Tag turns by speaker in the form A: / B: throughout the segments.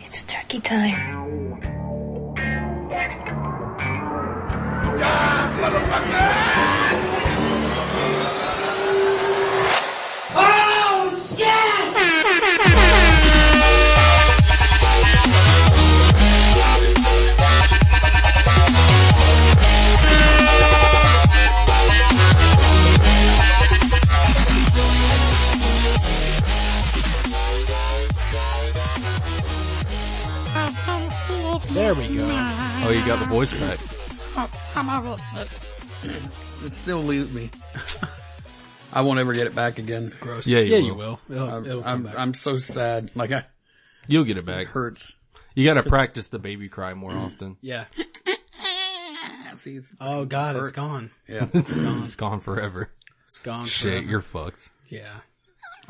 A: It's turkey time.
B: There we go.
C: Oh, you got the voice back.
D: It still leaves me. I won't ever get it back again. Gross.
C: Yeah, you,
B: Yeah,
C: will.
B: you will.
D: I,
B: It'll, it'll come
D: am
B: back.
D: I'm so sad. Like I
C: You'll get it back.
D: hurts.
C: You got to practice the baby cry more often.
B: yeah.
D: See, it's,
B: Oh God, it's gone.
D: yeah,
C: it's gone forever.
B: It's gone.
C: Shit,
B: forever.
C: you're fucked.
B: yeah.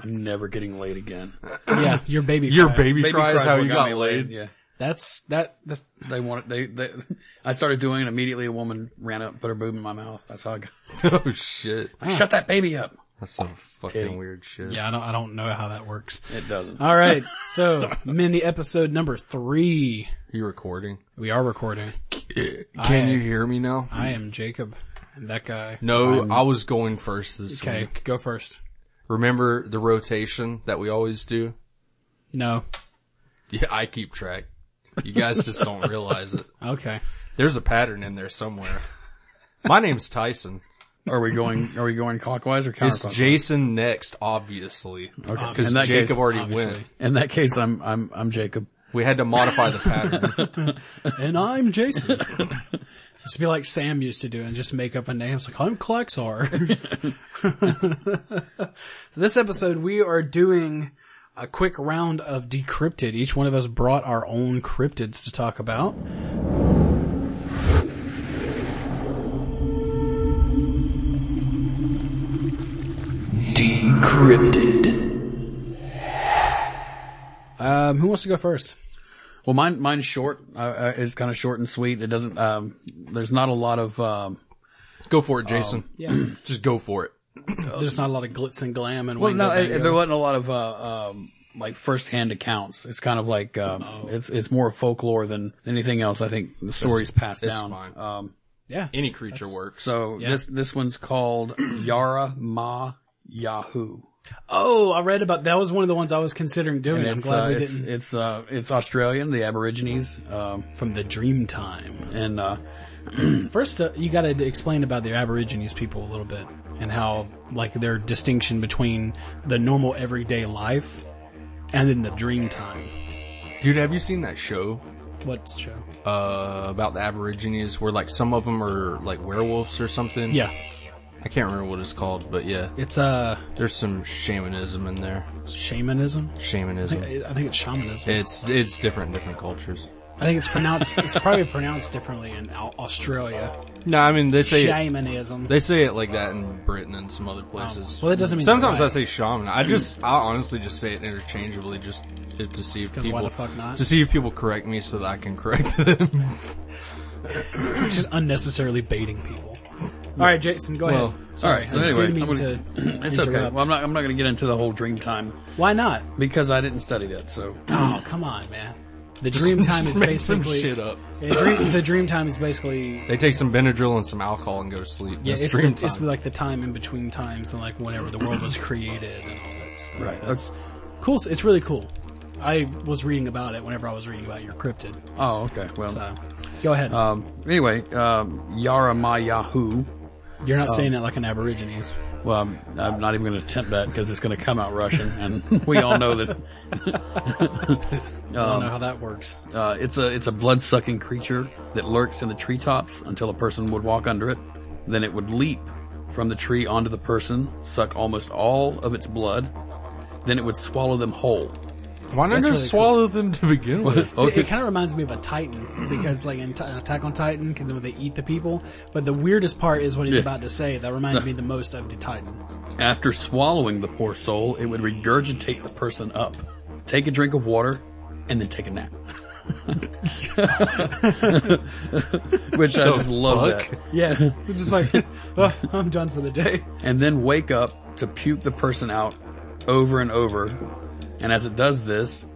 D: I'm never getting laid again.
B: Yeah. Your baby.
C: Your
B: cry.
C: baby, cry is
D: cried
C: how
D: what
C: you got
D: me
C: laid.
D: Yeah,
B: That's that. That's,
D: they wanted they, they. I started doing it immediately. A woman ran up, put her boob in my mouth. That's how I got.
C: oh shit,
D: Shut that baby up.
C: that's some fucking
D: Titty.
C: weird shit.
B: yeah. I don't. I don't know how that works.
D: It doesn't.
B: All right. So mini episode number three.
C: You recording?
B: We are recording.
C: Can
B: I-
C: you hear me now?
B: I am Jacob, and that guy.
C: no, i was going first this
B: Okay,
C: week.
B: go first.
C: Remember the rotation that we always do?
B: No.
C: Yeah, I keep track. You guys just don't realize it.
B: Okay.
C: There's a pattern in there somewhere. My name's Tyson.
D: Are we going? Are we going clockwise or
C: It's
D: counterclockwise?
C: Jason next, obviously.
D: Okay.
C: Because
D: In that
C: Jacob
D: case-
C: already
B: obviously.
C: went.
D: In that case, I'm I'm I'm Jacob.
C: We had to modify the pattern.
B: And I'm Jason. just be like Sam used to do and just make up a name. It's like, I'm Klexar. this episode, we are doing a quick round of decrypted. Each one of us brought our own cryptids to talk about.
D: Decrypted.
B: Um, who wants to go first?
D: Well, mine mine's short. Uh, uh, it's kind of short and sweet. It doesn't. Um, there's not a lot of. Um,
C: go for it, Jason.
B: Yeah.
C: Just go for it.
B: There's not a lot of glitz and glam and
D: well,
B: Wingo
D: no, it-
B: Bango.
D: there wasn't a lot of uh, um, like first-hand accounts. It's kind of like um,
B: Oh.
D: it's it's more folklore than anything else. I think the story's passed
C: that's
D: down.
C: fine.
D: Um,
B: yeah.
C: Any creature works.
D: so
B: Yeah.
D: this this one's called Yara Ma Yahoo.
B: Oh, I read about that was one of the ones I was considering doing.
D: And
B: I'm
D: it's
B: glad
D: uh,
B: we
D: it's
B: didn't.
D: it's uh, it's Australian, the Aborigines, um,
B: From the dream time.
D: and uh,
B: First, uh, you got to explain about the Aborigines people a little bit and how, like, their distinction between the normal everyday life and then the dream time.
C: Dude, have you seen that show
B: What's show?
C: uh, about the Aborigines where like some of them are like werewolves or something?
B: Yeah,
C: I can't remember what it's called, but yeah,
B: it's uh
C: there's some shamanism in there.
B: shamanism.
C: Shamanism.
B: I I think it's shamanism.
C: It's it's different in different cultures.
B: I think it's pronounced. it's probably pronounced differently in Au- Australia.
C: No, I mean they say it,
B: Shamanism.
C: they say it like that in Britain and some other places.
B: Well, that doesn't mean they're
C: Sometimes I
B: right.
C: say shaman. I just I honestly just say it interchangeably just to to see if
B: 'Cause
C: people
B: why the fuck not?
C: to see if people correct me so that I can correct them.
B: It's just unnecessarily baiting people. All right, Jason, go
C: Well,
B: ahead.
D: all right. So
B: I
D: anyway,
B: didn't
D: I'm
B: mean
D: gonna-
B: to
D: it's okay.
B: interrupt.
D: Well, I'm not I'm not going to get into the whole Dreamtime
B: Why not?
D: because I didn't study that. So
B: Oh, come on, man. The dream time is
C: Make some
B: basically
C: shit up.
B: Yeah, dream, the dream time is basically
C: They take some Benadryl and some alcohol and go to sleep.
B: yeah,
C: That's
B: it's,
C: dream
B: the, it's
C: time.
B: like the time in between times and like whenever the world was created and all that stuff.
D: right,
B: That's cool. It's really cool. I was reading about it whenever I was reading about your cryptid.
D: Oh, okay. Well,
B: So go ahead.
C: Uh,
D: um, anyway, um, Yara Ma Yahoo.
B: You're
C: uh,
B: not saying it like an Aborigines.
D: Well, I'm, I'm not even going to attempt that because it's going to come out Russian, and we all know that
B: I don't
C: um,
B: know how that works.
D: uh, it's a it's a blood sucking creature that lurks in the treetops until a person would walk under it. Then it would leap from the tree onto the person, suck almost all of its blood. Then it would swallow them whole.
C: Why not
B: That's
C: just
B: really cool.
C: swallow them to begin with?
B: See, It kind of reminds me of a Titan because, like, in Ti- Attack on Titan, because they eat the people. But the weirdest part is what he's
D: Yeah.
B: about to say. That reminds me the most of the Titans.
D: After swallowing the poor soul, it would regurgitate the person up, take a drink of water, and then take a nap. Which I just love
C: fuck?
D: that.
B: Yeah, it's just like "Oh, I'm done for the day.
D: And then wake up to puke the person out over and over. And as it does this,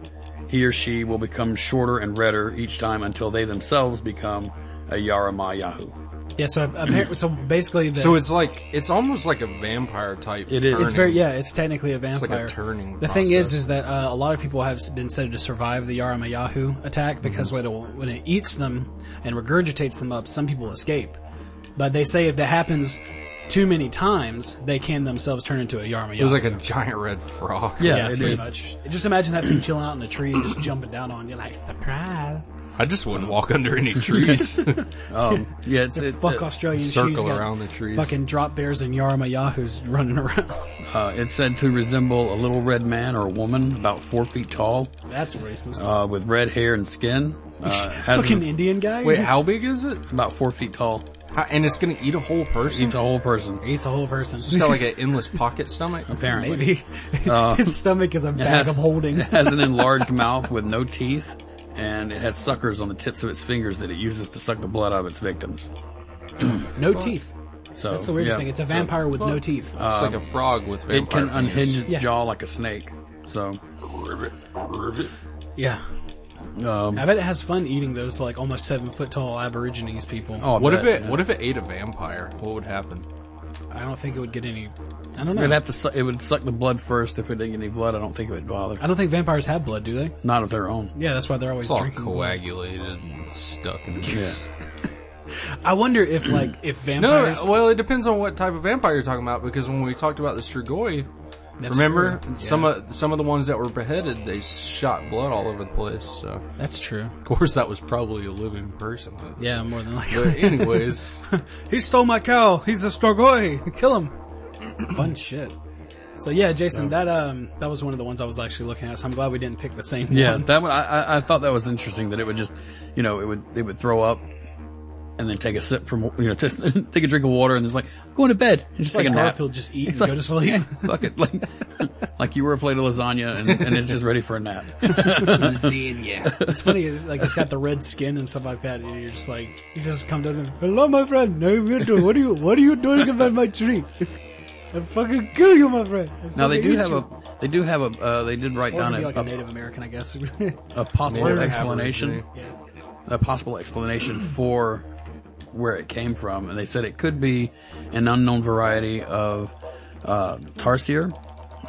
D: He or she will become shorter and redder each time until they themselves become a Yarama Yahoo.
B: Yeah, so apparently, so basically, the,
C: So it's like it's almost like a vampire type.
D: It is.
C: Turning.
B: it's very yeah, it's technically a vampire.
C: like a turning
B: The thing is,
C: process.
B: is that uh, a lot of people have s- been said to survive the Yarama Yahoo
C: Mm-hmm.
B: attack because when, it, when it eats them and regurgitates them up, some people escape. But they say if that happens too many times, they can themselves turn into a Yarama
C: It was like a giant red frog.
D: Yeah,
B: yeah,
D: it
B: pretty
D: is.
B: much. Just imagine that thing chilling out in a tree and just jumping down on you like surprise.
C: I just wouldn't walk under any trees.
D: Um, yeah, it's, it,
B: Fuck
D: it-
B: Australian
C: circle
B: she's got
C: around the trees.
B: Fucking drop bears and Yarama Yahoos running around.
D: uh, it's said to resemble a little red man or a woman about four feet tall,
B: That's racist.
D: uh, with red hair and skin. Uh, has
B: fucking
D: an-
B: Indian guy.
C: Wait, how big is it?
D: about four feet tall.
C: How, and it's gonna eat a whole person.
D: He's a whole person,
B: eats a whole person.
C: It's got like an endless pocket stomach.
D: apparently.
B: Maybe
C: uh,
B: his stomach is a
D: It
B: bag
D: has-
B: of holding.
D: It has an enlarged mouth with no teeth, and it has suckers on the tips of its fingers that it uses to suck the blood out of its victims.
B: No teeth.
D: So
B: That's the weirdest
D: yeah.
B: thing. It's a vampire with no teeth.
C: It's like a frog with vampire.
D: it can
C: fingers.
D: unhinge its
B: Yeah.
D: jaw like a snake. So
B: yeah.
D: um,
B: I bet it has fun eating those like almost seven foot tall Aborigines people.
D: Oh,
C: What if
D: but-
C: it? What if it ate a vampire? What would happen?
B: I don't think it would get any. I don't know.
D: It'd have to. Su- it would suck the blood first. If it didn't get any blood, I don't think it would bother.
B: I don't think vampires have blood, do they?
D: Not of their own.
B: Yeah, that's why they're always
C: It's all
B: drinking. blood.
C: coagulated and stuck in juice.
B: I wonder if like if
C: No,
B: vampires.
C: well, it depends on what type of vampire you're talking about. Because when we talked about the Strigoi,
B: That's
C: remember
B: true.
C: some
B: Yeah,
C: of some of the ones that were beheaded, they shot blood all over the place. So
B: that's true.
C: of course, that was probably a living person.
B: Yeah, more than
C: But
B: likely.
C: anyways,
B: he stole my cow. He's the Strogoi. Kill him. Fun shit. So yeah, Jason, that um, that was one of the ones I was actually looking at. So I'm glad we didn't pick the same
D: Yeah,
B: one.
D: that one. I, I, I thought that was interesting. That it would just, you know, it would it would throw up, and then take a sip from you know, just take a drink of water, and it's like going to bed. And just
B: It's like
D: take a nap.
B: Garfield, just eat and
D: like-
B: go to sleep.
D: Fuck it, like like you were a plate of lasagna, and, and it's just ready for a nap.
B: It's funny, is like it's got the red skin and stuff like that, and you're just like, you just come down and hello, my friend. No, you do- what are you, what are you doing about my tree? I fucking kill you, my friend. I
D: Now they
B: fucking
D: do
B: eat
D: have
B: you."
D: a, they do have a, uh, they did write
B: Or
D: down
B: be
D: a,
B: like
D: a-
B: a Native American, I guess.
D: a possible
C: Native
D: explanation, a possible explanation for where it came from, and they said it could be an unknown variety of uh, tarsier,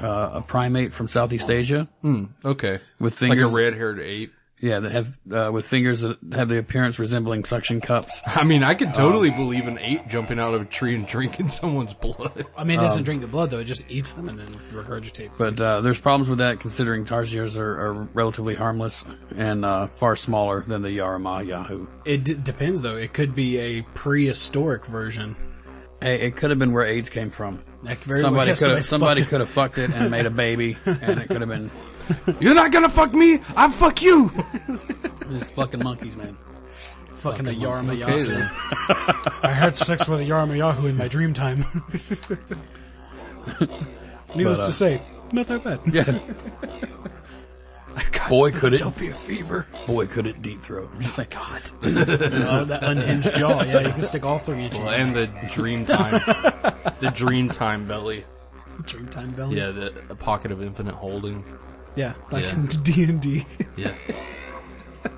D: uh, a primate from Southeast Asia
C: okay,
D: with
C: like
D: fingers,
C: a red-haired ape.
D: yeah, that have uh, with fingers that have the appearance resembling suction cups.
C: I mean, I could totally believe an ape jumping out of a tree and drinking someone's blood.
B: I mean, it doesn't drink the blood though; it just eats them and then regurgitates. them.
D: Um, But uh, there's problems with that, considering tarsiers are, are relatively harmless and uh, far smaller than the Yarama Yahoo.
B: It d- depends though; it could be a prehistoric version.
D: Hey, it could have been where AIDS came from.
B: That could very
D: somebody
B: well-
D: could have
B: somebody
D: somebody
B: fucked it.
D: could have fucked it and made a baby, and it could have been
C: You're not gonna fuck me. I fuck you.
D: just fucking monkeys, man.
B: Fucking a Yarma
C: Okay, then.
B: I had sex with a Yarma Yahoo in my dream time. Needless
D: But, uh,
B: to say, not that bad.
D: Yeah. Boy, could it don't be a fever. Boy, could it deep throat. I'm just like God.
B: Oh, that unhinged jaw. Yeah, you can stick all three inches. in
C: and the dream time, the dream time belly.
B: the dream time belly.
C: Yeah, the, the pocket of infinite holding.
B: Yeah, like
C: Yeah.
B: in D and D.
C: Yeah.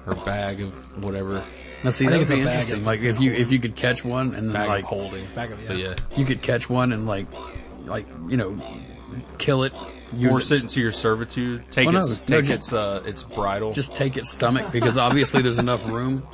C: or bag of whatever.
D: Now see,
B: I
D: that
B: think
D: would
B: it's a
D: be
B: bag of
D: interesting. Like if you if you could catch one and then
C: Bag
D: like
C: of holding.
B: Back of yeah.
C: But yeah.
D: you could catch one and like like you know kill it, use
C: Force it into your servitude. Take
D: Well, no,
C: its
D: no,
C: take
D: just-
C: its uh its bridle.
D: just take its stomach because obviously there's enough room.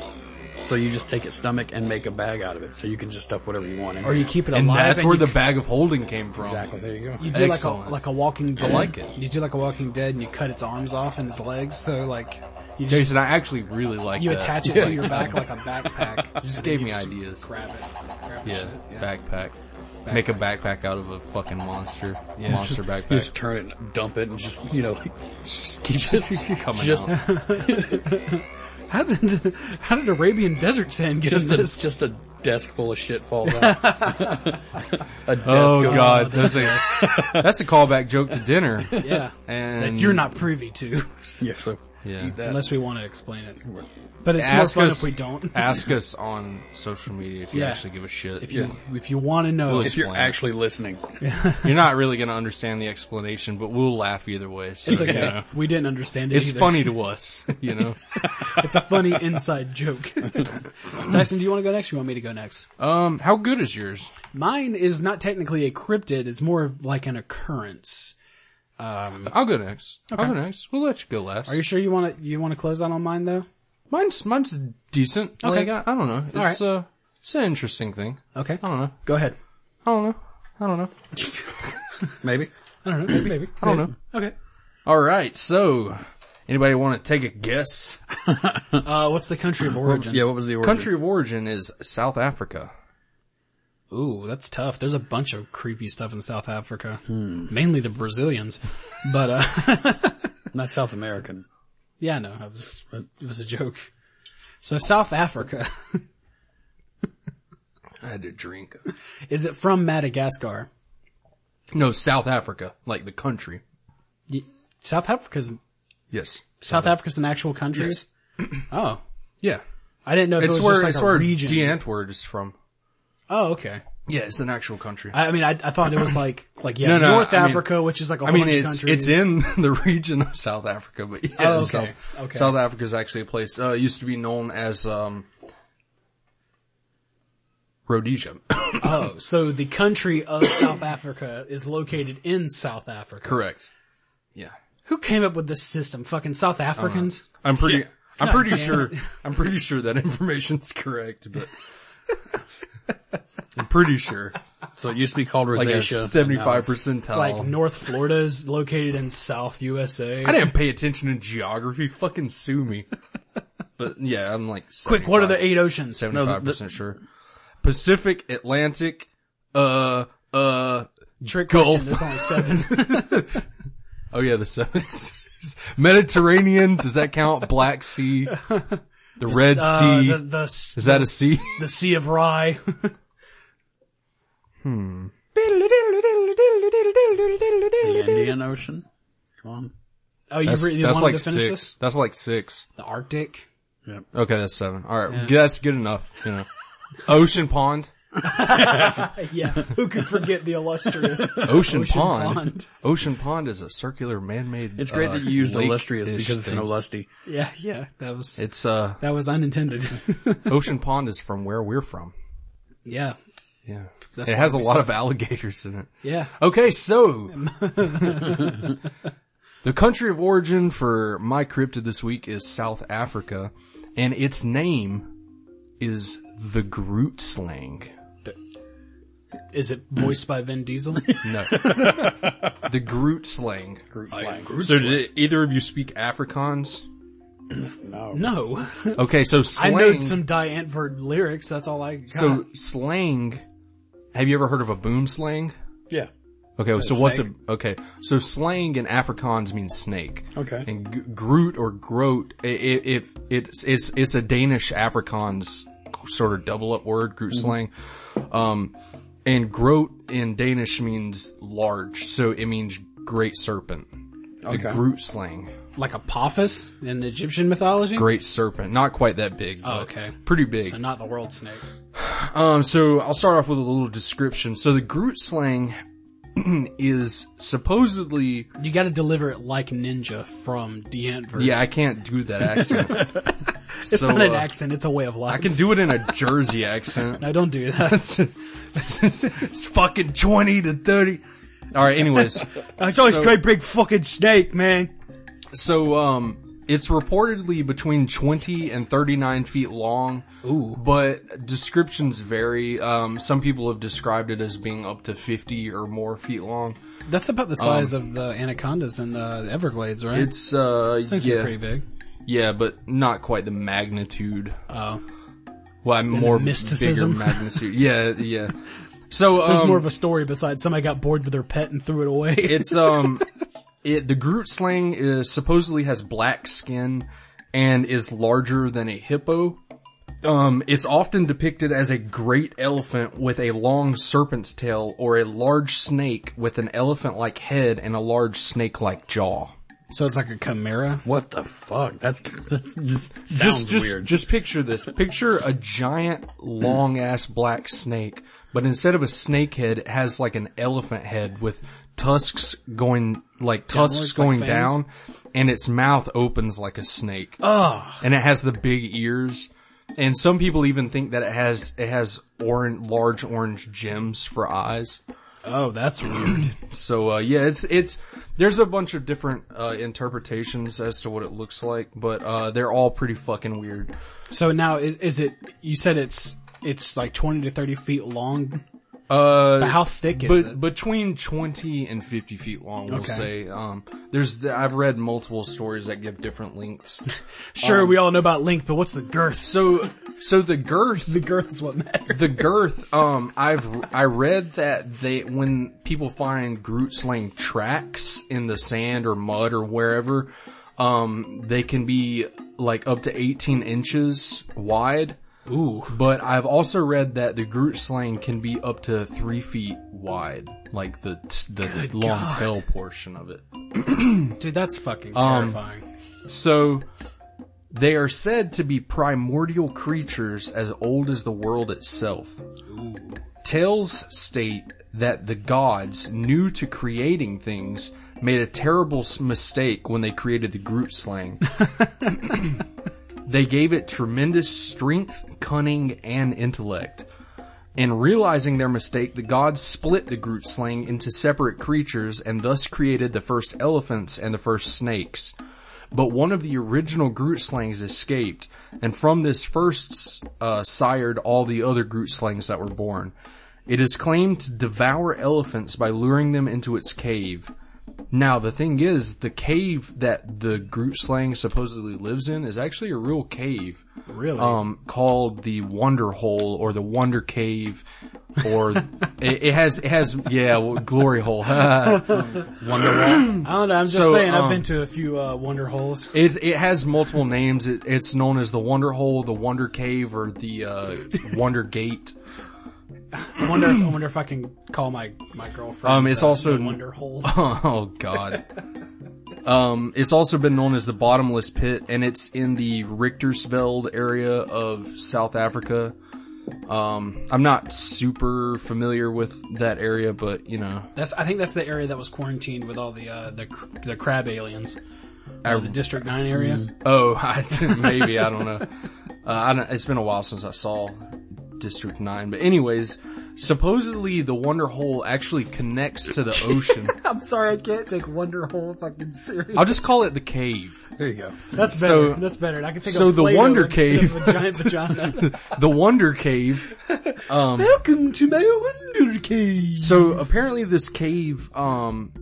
D: So you just take its stomach and make a bag out of it, so you can just stuff whatever you want in.
B: Or you keep it
C: and
B: alive.
C: that's
B: and
C: where
B: you
C: the bag of holding came from.
D: exactly. There you go.
B: You do like a
C: Excellent.
B: like a Walking Dead.
C: like it.
B: You do like a Walking Dead, and you cut its arms off and its legs. So like you just
C: Jason, I actually really like
B: you
C: that.
B: attach it to your back like a backpack. You
C: Just
B: and
C: gave
B: you
C: me
B: just
C: ideas.
B: Grab it. Grab the
C: Yeah,
B: shit.
C: backpack. Make a backpack out of a fucking monster. Monster backpack.
D: You just turn it and dump it and just, you know, like, just keep it.
C: coming
D: just,
C: out.
B: How did how did Arabian desert sand get in
D: Just a,
B: this?
D: just a desk full of shit falls out. a desk
C: Oh
D: of-
C: god, that's a that's a callback joke to dinner.
B: yeah,
C: And
B: that you're not privy to.
D: Yeah, so
C: Yeah.
D: eat that.
B: unless we want to explain it. But it's more
C: ask
B: fun
C: us-
B: if we don't.
C: Ask us on social media if you
B: Yeah.
C: actually give a shit.
B: if you if you want to know,
C: Well,
D: if you're
C: explain.
D: actually listening,
C: You're not really going to understand the explanation, but we'll laugh either way. So,
B: it's
C: you
B: okay.
C: know.
B: We didn't understand it.
C: It's
B: either.
C: funny to us, you know.
B: It's a funny inside joke. Tyson, do you want to go next? Or you want me to go next?
C: um, how good is yours?
B: Mine is not technically a cryptid. It's more of like an occurrence.
C: I'll go next. I'll go next. We'll let you go last.
B: Are you sure you want to you want to close out on mine though?
C: Mine's mine's decent.
B: Okay.
C: Like I, I don't know.
B: All
C: It's uh, it's an interesting thing.
B: Okay,
C: I don't know.
B: go ahead.
C: I don't know. I don't know.
D: maybe.
B: I don't know. Maybe
C: I don't know.
B: Okay.
C: All right. So, anybody want to take a guess?
B: Uh, what's the country of origin?
D: Yeah, what was the origin?
C: Country of origin is South Africa.
B: Ooh, that's tough. There's a bunch of creepy stuff in South Africa,
C: Hmm.
B: mainly the Brazilians. But uh,
D: Not South American.
B: yeah, no, I was it was a joke. So South Africa
C: I had to drink.
B: is it from Madagascar?
C: No, South Africa, like the country.
B: Y- South Africa's
C: Yes.
B: South Africa's an actual country.
C: Yes.
B: Oh,
C: Yeah.
B: I didn't know if
C: It's
B: it was
C: where
B: just like
C: it's
B: a
C: where
B: region.
C: Deantword is from.
B: Oh, okay.
C: Yeah, it's an actual country.
B: I, I mean, I, I thought it was like like yeah,
C: No, no,
B: North
C: I mean-
B: Africa, which is like a
C: I
B: whole
C: mean,
B: bunch of
C: it's
B: countries.
C: it's in the region of South Africa, but yeah,
B: Oh, okay.
C: South,
B: Okay.
C: South Africa is actually a place. Uh, it used to be known as um, Rhodesia.
B: Oh, so the country of South Africa is located in South Africa.
C: Correct. Yeah,
B: Who came up with this system? Fucking South Africans?
C: Uh, I'm pretty. I'm pretty
B: damn
C: sure. I'm pretty sure that information's correct, but I'm pretty sure.
D: So it used to be called
C: Like a
D: Rosacea.
C: seventy-five
B: Like
C: percentile.
B: North Florida is located in South USA.
C: Oh. I didn't pay attention to geography. Fucking sue me. But yeah, I'm like
B: Quick, what are the eight oceans?
C: Seventy-five percent sure. Pacific, Atlantic, uh, uh.
B: Trick
C: Gulf.
B: question. There's only seven.
C: Oh yeah, the seven. seas. Mediterranean. Does that count? Black Sea. The Red
B: Uh,
C: Sea.
B: the, the,
C: Is that a sea?
B: the Sea of Rye.
D: The Indian Ocean. Come on.
B: Oh, you
C: That's,
B: really
C: that's
B: wanted
C: like
B: to finish
C: six.
B: this?
C: That's like six.
B: The Arctic.
C: Okay, that's seven. All right, that's good enough. You know, ocean pond,
B: Yeah, who could forget the illustrious
C: ocean,
B: Ocean
C: pond.
B: Pond.
C: Ocean pond is a circular man-made.
D: It's great
C: uh,
D: that you used
C: lake-ish
D: illustrious because it's
C: thing.
D: no lusty.
B: Yeah, yeah, that was
C: It's uh,
B: that was unintended.
C: ocean pond is from where we're from.
B: yeah,
C: Yeah,
B: That's
C: it has a lot of alligators in it.
B: yeah.
C: Okay, so the country of origin for my cryptid this week is South Africa, and its name is the Groot slang.
B: Is it voiced by Vin Diesel?
C: No. the Groot slang.
D: Groot slang.
C: So did either of you speak Afrikaans?
B: no,
C: Okay, so
B: I
C: slang.
B: know some Die Antwoord lyrics. That's all I got.
C: so slang. Have you ever heard of a boom slang?
D: Yeah.
C: Okay, so what's a
D: snake.
C: okay? So slang in Afrikaans means snake.
D: Okay.
C: and G- Groot or Groat, i- i- if it's it's it's a Danish Afrikaans sort of double up word, Groot slang. Um, and Groat in Danish means large, so it means great serpent. The
D: Okay.
C: Groot slang,
B: like a Apophis in Egyptian mythology.
C: great serpent, not quite that big.
B: Oh,
C: but
B: okay.
C: pretty big.
B: So not the world snake.
C: Um, so I'll start off with a little description. So the Groot slang is supposedly
B: You got to deliver it like ninja from Die Antwoord.
C: Yeah, I can't do that accent.
B: it's not an
C: uh,
B: accent. It's a way of life.
C: I can do it in a Jersey accent.
B: No, don't do that.
C: it's fucking 20 to 30. All right, anyways.
B: it's always great big fucking snake, man.
C: So, um, it's reportedly between 20 and 39 feet long. Ooh. But descriptions vary. Um, some people have described it as being up to 50 or more feet long.
B: That's about the size of the anacondas in the Everglades, right?
C: Um, It's, uh,
B: Things are pretty
C: yeah.
B: big.
C: Yeah, but not quite the magnitude.
B: Oh,
C: Well, I'm more
B: mysticism.
C: bigger magnitude. Yeah, yeah. So, um,
B: there's more of a story besides somebody got bored with their pet and threw it away.
C: It's um, it the Groot slang is supposedly has black skin and is larger than a hippo. Um, it's often depicted as a great elephant with a long serpent's tail or a large snake with an elephant-like head and a large snake-like jaw.
B: So it's like a chimera.
D: What the fuck? That's, that's just sounds
C: just just
D: weird.
C: just picture this. Picture a giant long ass black snake, but instead of a snake head, it has like an elephant head with tusks going like tusks
B: looks like
C: going
B: fangs.
C: down and its mouth opens like a snake.
D: Ugh.
B: ah.
C: And it has the big ears. And some people even think that it has it has orange large orange gems for eyes.
B: Oh, that's weird.
C: So uh, yeah, it's it's there's a bunch of different uh, interpretations as to what it looks like, but uh, they're all pretty fucking weird.
B: so now is, is it, you said it's, it's like 20 to 30 feet long.
C: Uh,
B: But how thick is
C: but
B: it?
C: between 20 and 50 feet long, we'll
B: Okay.
C: say. Um, there's, the, I've read multiple stories that give different lengths.
B: Sure,
C: um,
B: we all know about length, but what's the girth?
C: So, so the girth,
B: The girth is what matters.
C: the girth, um, I've, I read that they, when people find Groot slaying tracks in the sand or mud or wherever, um, they can be like up to 18 inches wide.
B: Ooh.
C: But I've also read that the Groot slang can be up to three feet wide, like the t- the long
B: God.
C: tail portion of it.
B: Dude, that's fucking
C: Um,
B: terrifying.
C: So they are said to be primordial creatures as old as the world itself. Tales state that the gods, new to creating things, made a terrible s- mistake when they created the Groot slang. they gave it tremendous strength, cunning, and intellect. In realizing their mistake, the gods split the Groot slang into separate creatures and thus created the first elephants and the first snakes but one of the original Groot slangs escaped, and from this first uh, sired all the other Groot slangs that were born. It is claimed to devour elephants by luring them into its cave. Now the thing is, the cave that the Groot slang supposedly lives in is actually a real cave,
B: Really?
C: um, called the Wonder Hole or the Wonder Cave, or it, it has it has yeah well, glory hole.
D: Wonderwall.
B: I don't know. I'm just
C: So,
B: saying. I've
C: um,
B: been to a few uh, wonder holes.
C: It's, it has multiple names. It, it's known as the Wonder Hole, the Wonder Cave, or the uh, Wonder Gate.
B: I wonder. I wonder if I can call my my girlfriend.
C: Um, it's
B: the-
C: also-
B: the wonder hole.
C: Oh God. Um, it's also been known as the Bottomless Pit, and it's in the Richtersveld area of South Africa. Um, I'm not super familiar with that area, but you know,
B: That's. I think that's the area that was quarantined with all the uh, the cr- the crab aliens. Uh, the District Nine area.
C: oh, I, maybe I don't know. Uh, I don't, it's been a while since I saw District Nine, but anyways, supposedly the Wonder Hole actually connects to the ocean.
B: I'm sorry, I can't take wonder hole fucking serious.
C: I'll just call it the cave.
D: there you go.
B: That's better.
C: so-
B: that's better. I can think
C: so
B: of
C: the
B: Play-Doh
C: Wonder
B: instead
C: Cave-
B: of a giant vagina.
C: The Wonder Cave.
B: Welcome to my wonder cave.
C: So apparently this cave, um,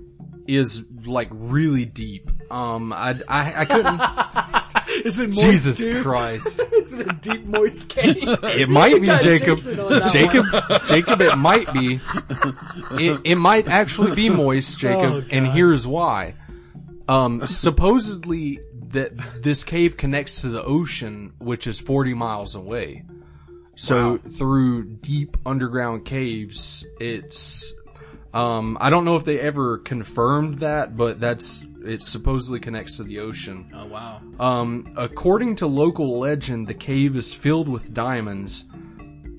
C: is like really deep. Um, I, I, I couldn't,
B: Is it moist
C: Jesus
B: too?
C: Christ.
B: Is it a deep moist cave?
C: It might be
B: got
C: Jacob.
B: Jason on that
C: Jacob, Jacob, it might be. It, it might actually be moist, Jacob,
B: Oh,
C: and
B: God.
C: here's why. Um, supposedly that this cave connects to the ocean, which is 40 miles away. So through deep underground caves, it's, um, I don't know if they ever confirmed that, but that's, it supposedly connects to the ocean.
B: oh wow.
C: Um, according to local legend, the cave is filled with diamonds.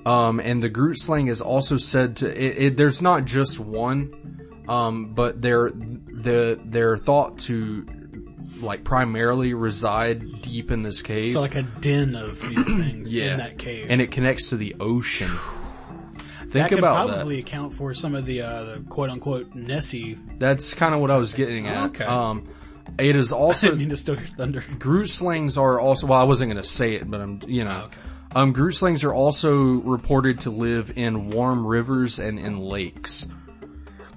C: Um, and the Groot slang is also said to. It, it, there's not just one, um, but they're the they're thought to like primarily reside deep in this cave.
B: So like a den of these things
C: yeah,
B: in that cave.
C: and it connects to the ocean. Think
B: that could
C: about
B: probably account for some of the, uh, the quote unquote Nessie.
C: that. That's kind of what I was getting at.
B: Okay.
C: Um, it is
B: Didn't
C: also
B: mean to steal your thunder.
C: Groot slings are also, well, I wasn't going to say it, but I'm, you know. Um, Groot slings are also reported to live in warm rivers and in lakes.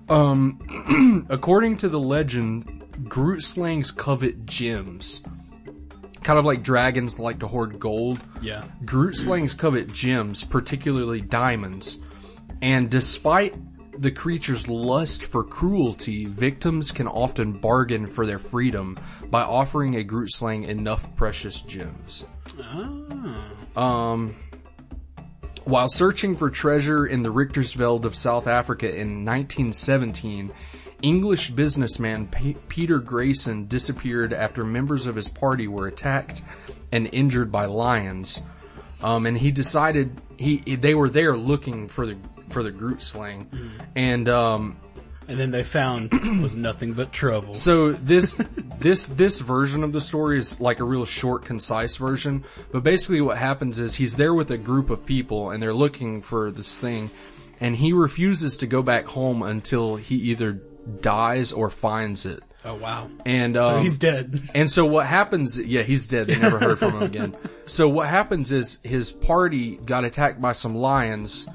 C: Um, according to the legend, Groot slings covet gems. Kind of like dragons like to hoard gold.
B: Yeah.
C: Groot slings covet gems, particularly diamonds. And despite the creature's lust for cruelty, victims can often bargain for their freedom by offering a Groot slang enough precious gems.
B: Oh.
C: While searching for treasure in the Richtersveld of South Africa in 1917, English businessman P- Peter Grayson disappeared after members of his party were attacked and injured by lions. Um, and he decided he they were there looking for the for the Groot slang, and um,
B: And then they found was nothing but trouble.
C: so this this this version of the story is like a real short, concise version. But basically, what happens is he's there with a group of people, and they're looking for this thing, and he refuses to go back home until he either dies or finds it.
B: Oh wow.
C: And um,
B: So he's dead.
C: and so what happens? Yeah, he's dead. They never heard from him again. So what happens is his party got attacked by some lions,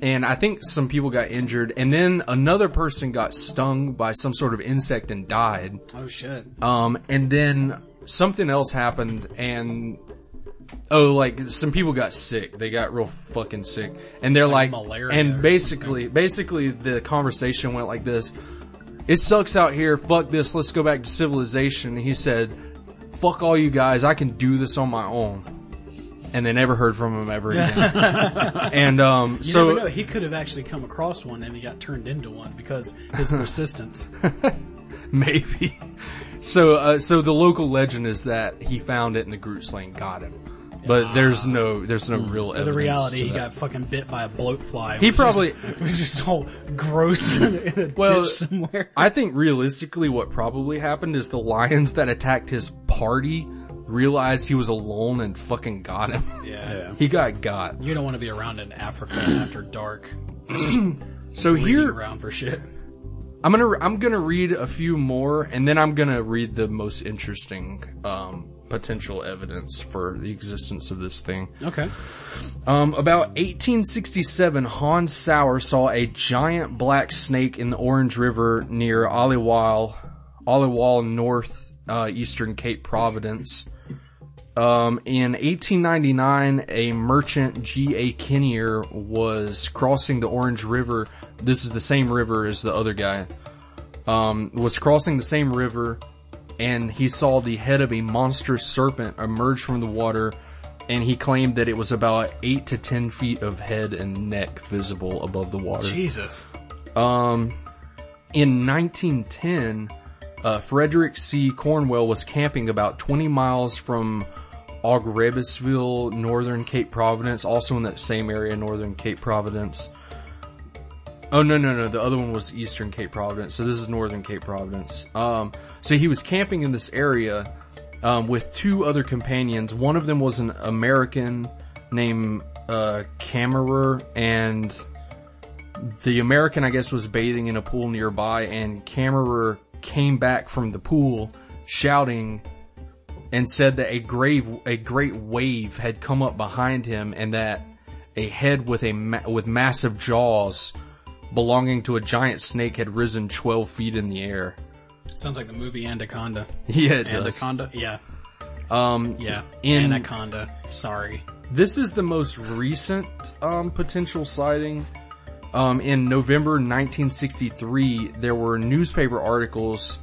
C: and I think some people got injured, and then another person got stung by some sort of insect and died.
B: Oh shit.
C: Um, and then something else happened, and oh, like some people got sick. They got real fucking sick, and they're like,
B: malaria or
C: and basically, basically the conversation went like this: "It sucks out here. Fuck this. Let's go back to civilization." And he said, "Fuck all you guys. I can do this on my own." And they never heard from him ever again. and um,
B: You
C: so
B: never know. He could have actually come across one and he got turned into one because his persistence.
C: maybe. So, uh, so the local legend is that he found it and the Groot sling got him. But there's no, there's no real evidence.
B: Ah. Hmm. The reality,
C: to
B: he
C: that.
B: got fucking bit by a bloatfly.
C: He
B: which
C: probably-
B: just, it was just all gross in a, in a
C: Well,
B: ditch somewhere.
C: I think realistically, what probably happened is the lions that attacked his party realized he was alone and fucking got him.
B: Yeah.
C: he got got.
B: You don't want to be around in Africa after dark.
C: So
B: Here
C: here,
B: around for shit.
C: I'm gonna, I'm gonna read a few more, and then I'm gonna read the most interesting, um, potential evidence for the existence of this thing.
B: Okay.
C: Um, about 1867, Hans Sauer saw a giant black snake in the Orange River near Aliwal, Aliwal, north uh, eastern Cape Providence. Um, in 1899, a merchant G.A. Kinnear was crossing the Orange River. This is the same river as the other guy. Um, was crossing the same river and he saw the head of a monstrous serpent emerge from the water and he claimed that it was about 8 to 10 feet of head and neck visible above the water.
B: Jesus.
C: Um, in 1910, uh, Frederick C. Cornwell was camping about 20 miles from Augurebusville, northern Cape Providence, also in that same area, northern Cape Providence. Oh, no, no, no. The other one was eastern Cape Providence. So this is northern Cape Providence. Um, so he was camping in this area um, with two other companions. One of them was an American named uh, Camerer and the American, I guess, was bathing in a pool nearby, and Camerer came back from the pool shouting and said that a grave, a great wave had come up behind him, and that a head with a ma- with massive jaws belonging to a giant snake had risen twelve feet in the air.
B: Sounds like the movie Anaconda.
C: Yeah, it does.
D: Anaconda.
B: Yeah.
C: Um,
B: Yeah.
C: In-
B: Anaconda. Sorry.
C: This is the most recent um, potential sighting. Um, in November 1963, there were newspaper articles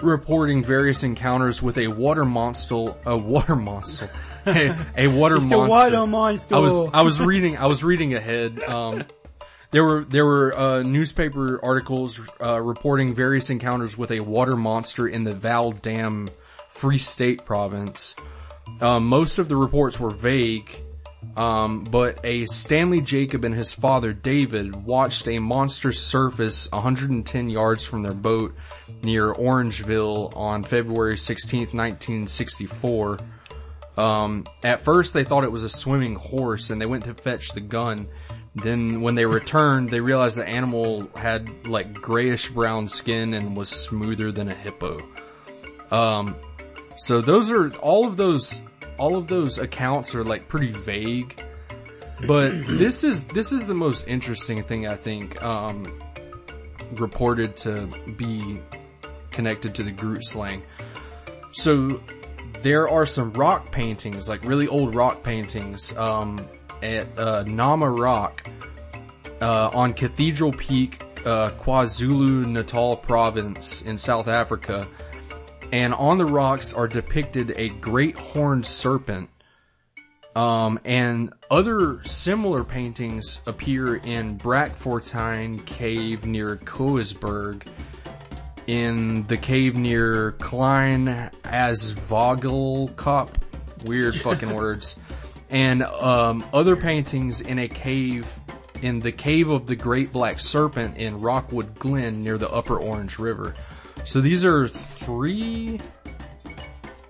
C: reporting various encounters with a water monster, a water monster, a, a water monster.
B: monster.
C: I was I was reading I was reading ahead. Um, there were there were uh, newspaper articles uh, reporting various encounters with a water monster in the Val Dam, Free State Province. Um, most of the reports were vague, um, but a Stanley Jacob and his father David watched a monster surface 110 yards from their boat near Orangeville on February 16th, 1964. Um, at first, they thought it was a swimming horse, and they went to fetch the gun. Then, when they returned, they realized the animal had like grayish brown skin and was smoother than a hippo. Um, so those are all of those. All of those accounts are like pretty vague, but this is this is the most interesting thing I think um, reported to be connected to the Groot slang. So there are some rock paintings, like really old rock paintings, um, at uh, Nama Rock uh, on Cathedral Peak, uh, KwaZulu Natal province in South Africa. And on the rocks are depicted a great horned serpent. Um, and other similar paintings appear in Brackfortine Cave near Koisberg in the cave near Klein Asvogelkop. Weird fucking words. And um, other paintings in a cave in the cave of the Great Black Serpent in Rockwood Glen near the Upper Orange River. So these are three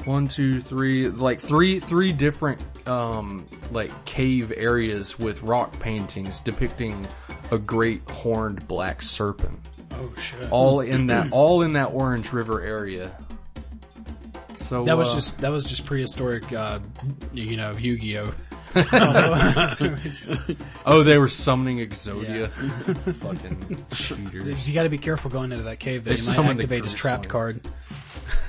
C: one two three like three three different um like cave areas with rock paintings depicting a great horned black serpent
B: Oh shit!
C: all in that all in that orange river area so
B: that was
C: uh,
B: just that was just prehistoric, uh, you know, Yu-Gi-Oh.
C: oh they were summoning exodia fucking cheaters
B: You got to be careful going into that cave. That
C: They
B: you might
C: summoned the
B: activate his
C: curse
B: trapped
C: on it.
B: card.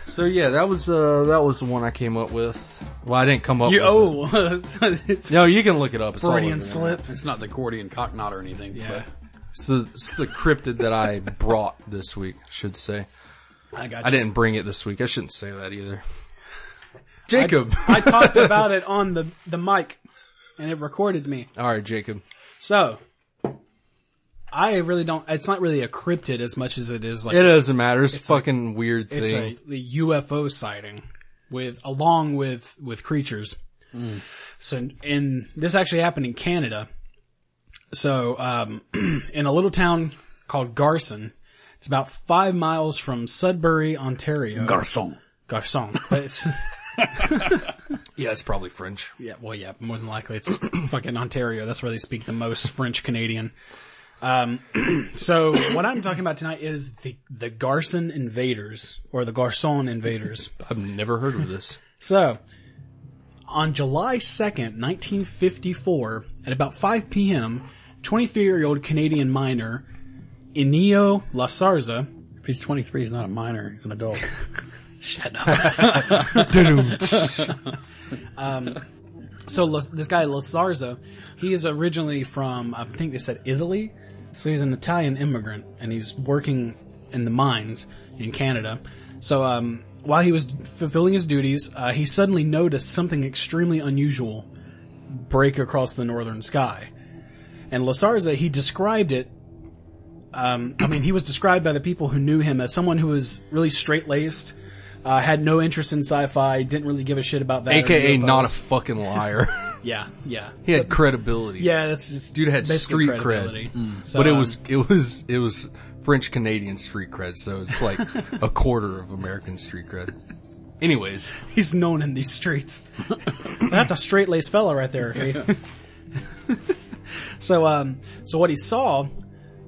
C: so yeah that was uh that was the one i came up with well i didn't come up
B: You,
C: with it.
B: oh, it's
C: no you can look it up it's all
B: Freudian
C: over the
B: slip.
D: It's not the Gordian cocknot or anything.
B: Yeah,
C: It's the, it's the cryptid that I brought this week, I should say.
B: I got. You.
C: I didn't bring it this week. I shouldn't say that either. Jacob.
B: I talked about it on the the mic, and it recorded me.
C: All right, Jacob.
B: So, I really don't. It's not really a cryptid as much as it is like
C: It doesn't matter. It's, a fucking weird
B: it's
C: thing.
B: a the UFO sighting with along with with creatures. So and this actually happened in Canada. So um, in a little town called Garson, it's about five miles from Sudbury, Ontario.
D: Garçon.
B: Garson. It's,
C: yeah, it's probably French.
B: yeah, well, yeah, more than likely it's fucking Ontario. That's where they speak the most French Canadian. Um, so what I'm talking about tonight is the the Garson Invaders or the Garson Invaders.
C: I've never heard of this.
B: So, on July 2nd, 1954, at about 5 p.m., 23-year-old Canadian miner Inio Lasarza,
D: If he's 23, he's not a minor. He's an adult.
B: shut up. So Las- this guy Lasarza, he is originally from, I think they said Italy. So he's an Italian immigrant and he's working in the mines in Canada. So, um, while he was fulfilling his duties, uh, he suddenly noticed something extremely unusual break across the northern sky. And Lasarza, he described it, um, I mean, he was described by the people who knew him as someone who was really straight laced, uh, had no interest in sci-fi, didn't really give a shit about that. or
C: AKA
B: UFOs.
C: not a fucking liar.
B: Yeah, yeah.
C: he had credibility.
B: Yeah, that's it's
C: Dude had
B: basically
C: street cred. Mm.
B: credibility. So,
C: But it
B: um,
C: was, it was, it was French Canadian street cred. So it's like a quarter of American street cred. Anyways.
B: um, he's known in these streets. that's a straight laced fella right there. eh? so um so what he saw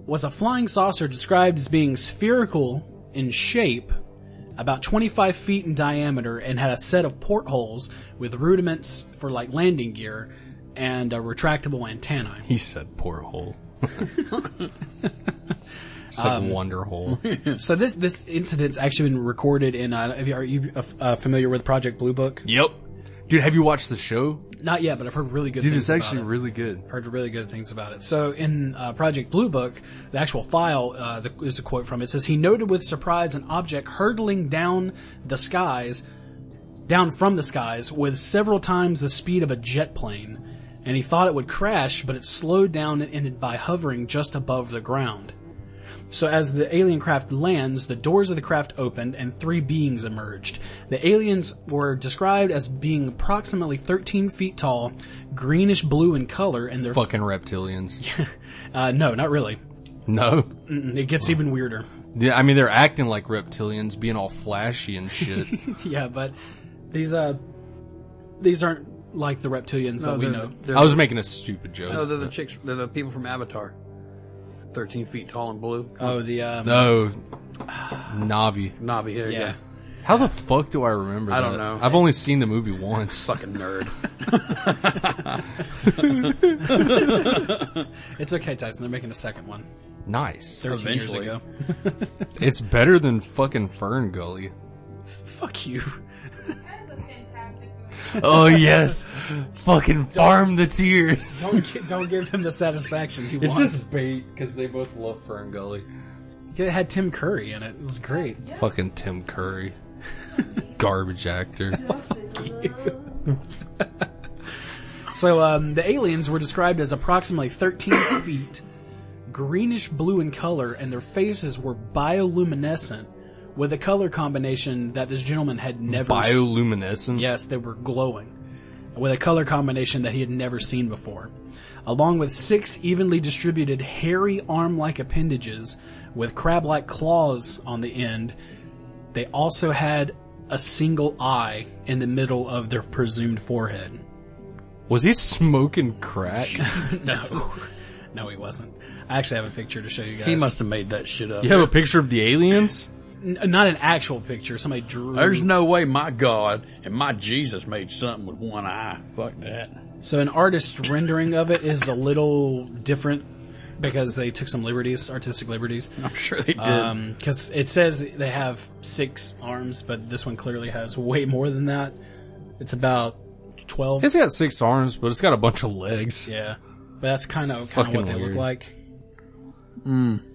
B: was a flying saucer described as being spherical in shape, about twenty five feet in diameter, and had a set of portholes with rudiments for like landing gear and a retractable antennae.
C: He said poor hole. said
B: Um,
C: wonder hole.
B: So this this incident's actually been recorded in. Uh, have you- are you uh, f- uh, familiar with Project Blue Book?
C: yep. Dude, have you watched the show?
B: Not yet, but I've heard really good.
C: Dude,
B: things
C: it's actually
B: about it.
C: really good.
B: heard really good things about it. So in uh, Project Blue Book, the actual file uh, the, is a quote from it says he noted with surprise an object hurtling down the skies, down from the skies with several times the speed of a jet plane, and he thought it would crash, but it slowed down and ended by hovering just above the ground. So as the alien craft lands, the doors of the craft opened and three beings emerged. The aliens were described as being approximately 13 feet tall, greenish blue in color, and their
C: Fucking reptilians.
B: uh, no, not really.
C: No.
B: It gets even weirder.
C: Yeah, I mean, they're acting like reptilians, being all flashy and shit.
B: Yeah, but these uh, these aren't like the reptilians that we
D: they're-
B: know.
D: they're-
C: I was making a stupid
D: no,
C: joke.
D: they're the chicks. They're the people from Avatar. 13 feet tall and blue.
B: Oh, the um,
C: No. Navi.
D: Navi. Here you
B: yeah.
D: go.
C: How the fuck do I remember
D: I don't
C: that?
D: know.
C: I've only seen the movie once.
D: Fucking nerd.
B: It's okay, Tyson. They're making a second one.
C: Nice.
B: 13
D: Eventually.
B: years ago.
C: It's better than fucking Fern Gully.
B: Fuck you.
A: That's a fantastic movie.
C: Oh yes. fucking farm the tears.
B: Don't, gi- don't give him the satisfaction he
C: It's
B: wants.
C: just bait because they both love Fern Gully.
B: It had Tim Curry in it. It was great.
C: Fucking Tim Curry, garbage actor.
B: So um, the aliens were described as approximately 13 feet, greenish blue in color, and their faces were bioluminescent with a color combination that this gentleman had never. s-
C: Bioluminescent.
B: Yes, they were glowing with a color combination that he had never seen before, along with six evenly distributed hairy arm-like appendages with crab-like claws on the end. They also had a single eye in the middle of their presumed forehead.
C: Was he smoking crack?
B: No, no, he wasn't. I actually have a picture to show you guys.
D: He must have made that shit up.
C: You have a picture of the aliens?
B: N- not an actual picture. Somebody drew.
D: There's no way my God and my Jesus made something with one eye. Fuck that.
B: So an artist's rendering of it is a little different because they took some liberties, artistic liberties.
D: I'm sure they did.
B: because Um, it says they have six arms, but this one clearly has way more than that. It's about twelve.
C: It's got six arms, but it's got a bunch of legs.
B: yeah, but that's kind of kind of
C: fucking
B: what they
C: weird.
B: look like.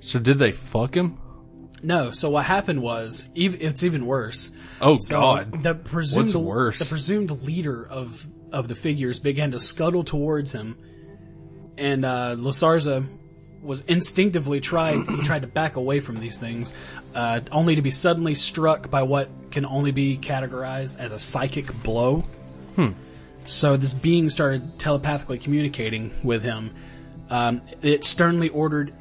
C: So did they fuck him?
B: No, so what happened was, ev- it's even worse.
C: Oh
B: So
C: god.
B: the presumed
C: What's worse?
B: the presumed leader of of the figures began to scuttle towards him, and uh, Lasarza was instinctively tried he tried to back away from these things, uh, only to be suddenly struck by what can only be categorized as a psychic blow.
C: Hmm.
B: So this being started telepathically communicating with him. Um, it sternly ordered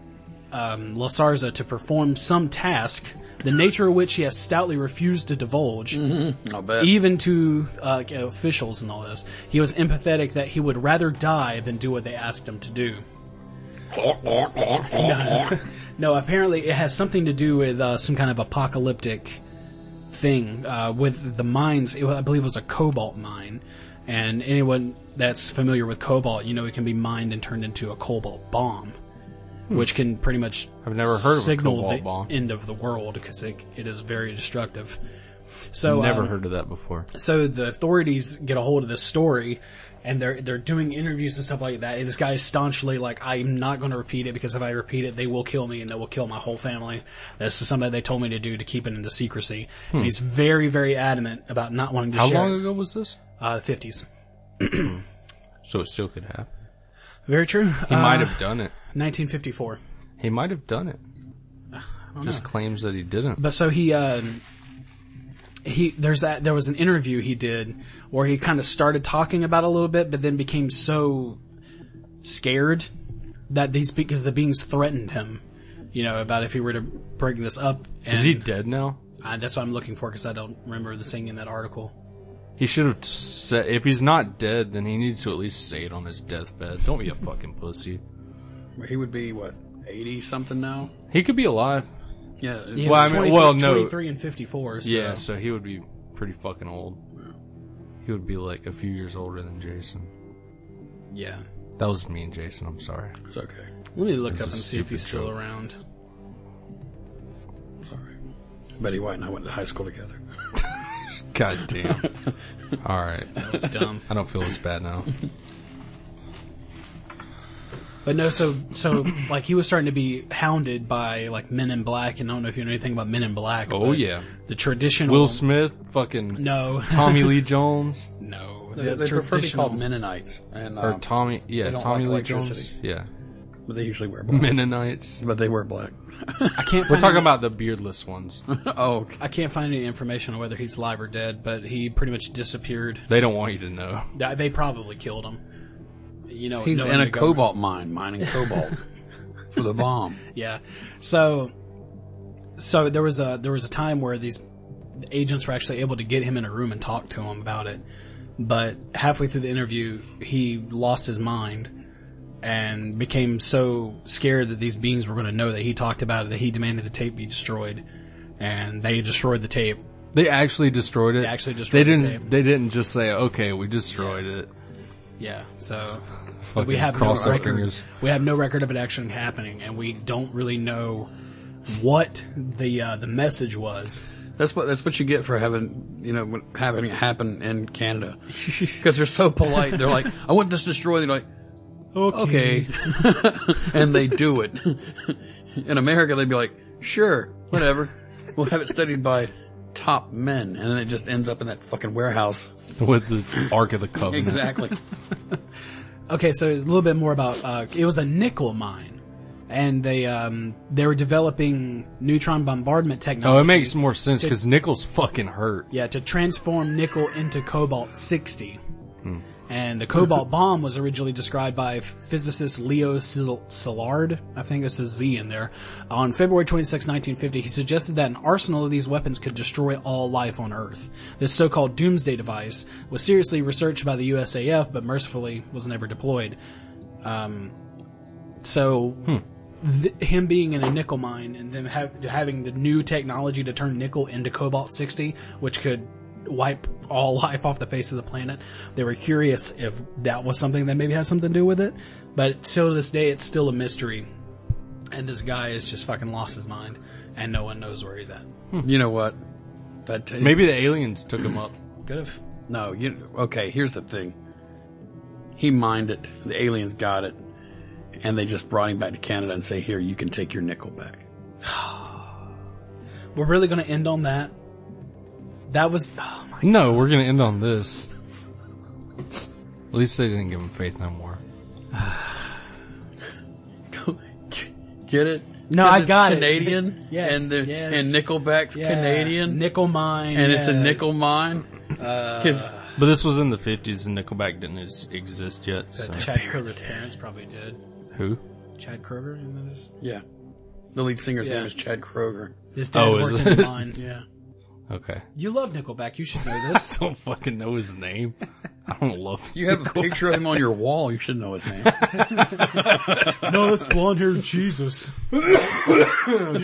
B: um, Lasarza to perform some task, the nature of which he has stoutly refused to divulge
D: I'll bet.
B: even to uh, you know, officials and all this. He was empathetic that he would rather die than do what they asked him to do. no, no, apparently it has something to do with uh, some kind of apocalyptic thing uh, with the mines. It, wa- I believe it was a cobalt mine. And anyone that's familiar with cobalt, you know it can be mined and turned into a cobalt bomb, which can pretty much
C: Hmm. I've never heard of a
B: signal
C: cobalt
B: the
C: bomb.
B: end of the world because it, it is very destructive. So
C: Never
B: um,
C: heard of that before.
B: so the authorities get a hold of this story and they're they're doing interviews and stuff like that and this guy is staunchly like i'm not going to repeat it because if i repeat it they will kill me and they will kill my whole family this is something they told me to do to keep it into secrecy and he's very very adamant about not wanting to
C: Hmm. How
B: share
C: long
B: it.
C: ago was this?
B: uh 50s
C: So it still could happen.
B: very true
C: He
B: uh,
C: might have done it.
B: 1954
C: He might have done it. Just claims that he didn't.
B: But so he, um, he there's that there was an interview he did where he kind of started talking about it a little bit, but then became so scared that these because the beings threatened him, you know, about if he were to bring this up. And
C: Is he dead now?
B: uh, that's what I'm looking for because I don't remember the thing in that article.
C: He should have said, if he's not dead, then he needs to at least say it on his deathbed. Don't be a fucking pussy.
D: he would be what eighty something now.
C: He could be alive.
D: Yeah.
B: Yeah,
C: Well,
B: it was
C: I mean- well,
B: 23
C: no.
B: 23 and 54. So.
C: Yeah, so he would be pretty fucking old. He would be like a few years older than Jason.
B: yeah.
C: That was mean, Jason. I'm sorry.
D: It's okay.
B: Let me look up
C: a
B: and see if he's
C: stupid
B: still
C: joke.
B: around.
D: Sorry. Betty White and I went to high school together.
C: God damn. All right.
B: It's dumb.
C: I don't feel as bad now.
B: But no, so so like he was starting to be hounded by like Men in Black, and I don't know if you know anything about Men in Black.
C: Oh,
B: but
C: yeah.
B: the traditional
C: Will Smith, fucking
B: No,
C: Tommy Lee Jones,
B: no,
D: They, they prefer to be called Mennonites, and
C: or
D: um,
C: Tommy, yeah,
D: don't
C: Tommy
D: like
C: Lee Jones,
D: electricity.
C: yeah,
D: but they usually wear black.
C: Mennonites.
D: But they wear black.
B: I can't.
C: We're
B: Find
C: talking
B: any-
C: about the beardless ones.
D: oh, okay.
B: I can't find any information on whether he's alive or dead, but he pretty much disappeared.
C: They don't want you to know.
B: Th- They probably killed him. You know,
D: he's
B: knowing
D: in a
B: the government.
D: cobalt mine, mining cobalt for the bomb.
B: Yeah. So, so there was a there was a time where these agents were actually able to get him in a room and talk to him about it, but halfway through the interview, he lost his mind and became so scared that these beings were going to know that he talked about it that he demanded the tape be destroyed, and they destroyed the tape.
C: They actually destroyed it. They
B: actually destroyed
C: They
B: the
C: didn't.
B: tape.
C: They didn't just say, "Okay, we destroyed it."
B: Yeah. So.
C: Fucking
B: we have no
C: cross our
B: record.
C: fingers.
B: We have no record of it actually happening, and we don't really know what the uh, the message was.
D: That's what that's what you get for having you know when- having it happen in Canada because they're so polite. They're like, I want this destroyed. They're like, okay, and they do it. in America, they'd be like, sure, whatever. We'll have it studied by top men, and then it just ends up in that fucking warehouse.
C: with the Ark of the Covenant.
D: Exactly.
B: Okay, so a little bit more about uh, it was a nickel mine, and they um, they were developing neutron bombardment technology.
C: Oh, it makes more sense because nickel's fucking hurt.
B: Yeah, to transform nickel into cobalt 60. And the cobalt bomb was originally described by physicist Leo Szil- Szilard, I think there's a Z in there, on February 26, 1950. He suggested that an arsenal of these weapons could destroy all life on Earth. This so-called doomsday device was seriously researched by the USAF, but mercifully was never deployed. Um, So, th- him being in a nickel mine and then ha- having the new technology to turn nickel into cobalt 60, which could wipe all life off the face of the planet, they were curious if that was something that maybe had something to do with it. But till this day, it's still a mystery. And this guy has just fucking lost his mind, and no one knows where he's at.
D: You know what? That t-
C: Maybe the aliens took him up.
B: Could have.
D: no. You okay? Here's the thing. He mined it. The aliens got it, and they just brought him back to Canada and say, "Here, you can take your nickel back."
B: We're really going to end on that. That was. Oh my.
C: No, we're gonna end on this. At least they didn't give him faith no more.
D: Get it?
B: No,
D: 'Cause
B: I
D: it's
B: got it.
D: Canadian,
B: Yes,
D: and the,
B: yes.
D: and Nickelback's
B: Yeah.
D: Canadian,
B: Nickel mine.
D: and it's a
B: yeah.
D: nickel mine. 'Cause-
C: But this was in the fifties, and Nickelback didn't is- exist yet. So.
B: But Chad Kroger's parents probably did.
C: Who?
B: Chad Kroger? And this,
D: yeah, the lead singer's
B: Yeah.
D: name is Chad Kroger.
B: this dad
C: Oh, is
B: worked
C: it?
B: in the mine. Yeah.
C: Okay.
B: You love Nickelback. You should know this.
C: Don't fucking know his name. I don't love
D: You have a picture of him on your wall. You should know his name.
B: no, it's blonde haired Jesus.
C: God damn.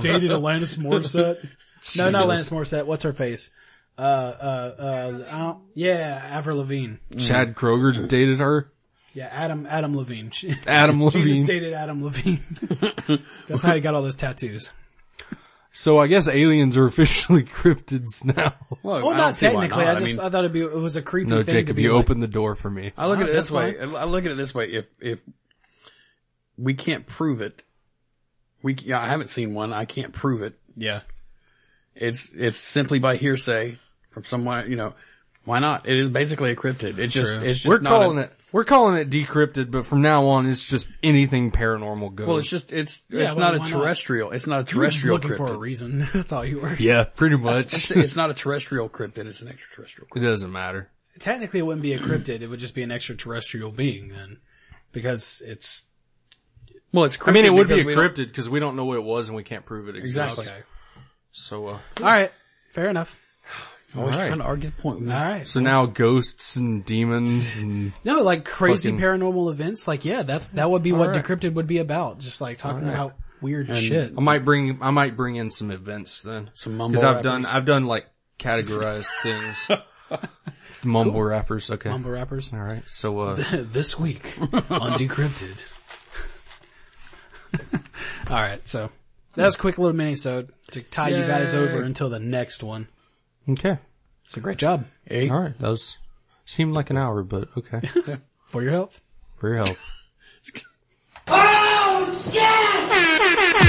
B: dated Alanis Morissette. no, not Alanis Morissette. What's her face? Uh, uh, uh, I don't, yeah, Avril Lavigne.
C: Chad Kroger dated her.
B: Yeah, Adam, Adam Levine.
C: Adam
B: Jesus
C: Levine.
B: dated Adam Levine. That's how he got all those tattoos.
C: so I guess aliens are officially cryptids now.
D: Look,
B: Well,
D: I don't
B: not
D: see why
B: technically. I
D: not.
B: just, I,
D: mean,
B: thought it'd be, it was a creepy
C: No,
B: thing to
C: Jacob,
B: be
C: you
B: like,
C: opened the door for me.
D: I look at it
B: Uh-huh, that's
D: this way. I look at it this way. If if we can't prove it, we c- I haven't seen one. I can't prove it.
B: Yeah.
D: It's it's simply by hearsay from someone. You know, why not? It is basically a cryptid. It's just
B: True.
D: it's just
C: We're
D: not
C: calling
D: a,
C: it. We're calling it decrypted, but from now on, it's just anything paranormal goes.
D: Well, it's just it's it's
B: well,
D: not
B: why
D: a
B: not?
D: terrestrial. It's not a
B: You were just
D: terrestrial
B: looking for a
D: cryptid.
B: reason. That's all you were.
C: yeah, pretty much. it
D: it's not a terrestrial cryptid. It's an extraterrestrial. Cryptid.
C: doesn't matter.
B: technically it wouldn't be a cryptid. It would just be an extraterrestrial being then, because it's
D: Well, it's. Cryptid
C: I mean, it would be a
D: because we don't-
C: cryptid because we don't know what it was and we can't prove it exists.
D: Exactly.
B: okay.
C: So, uh,
B: All right, fair enough.
D: Always
C: All right.
D: trying to argue the point.
B: All right.
C: so now ghosts and demons and
B: No, like crazy
C: Fucking-
B: paranormal events. Like, yeah, that's that would be what
C: right.
B: decrypted would be about. Just like talking
C: right.
B: about weird shit.
C: I might bring I might bring in some events then.
D: Some mumble
C: Because I've
D: rappers.
C: done I've done like categorized things. Mumble rappers, okay.
B: Mumble rappers.
C: All right. So uh
B: this week on decrypted. All right, so that was a quick little mini so to tie you guys over until the next one.
C: okay.
B: So great job
D: Hey,
C: All right. That was seemed like an hour, but okay.
B: for your help.
C: For your health.
E: Oh, shit!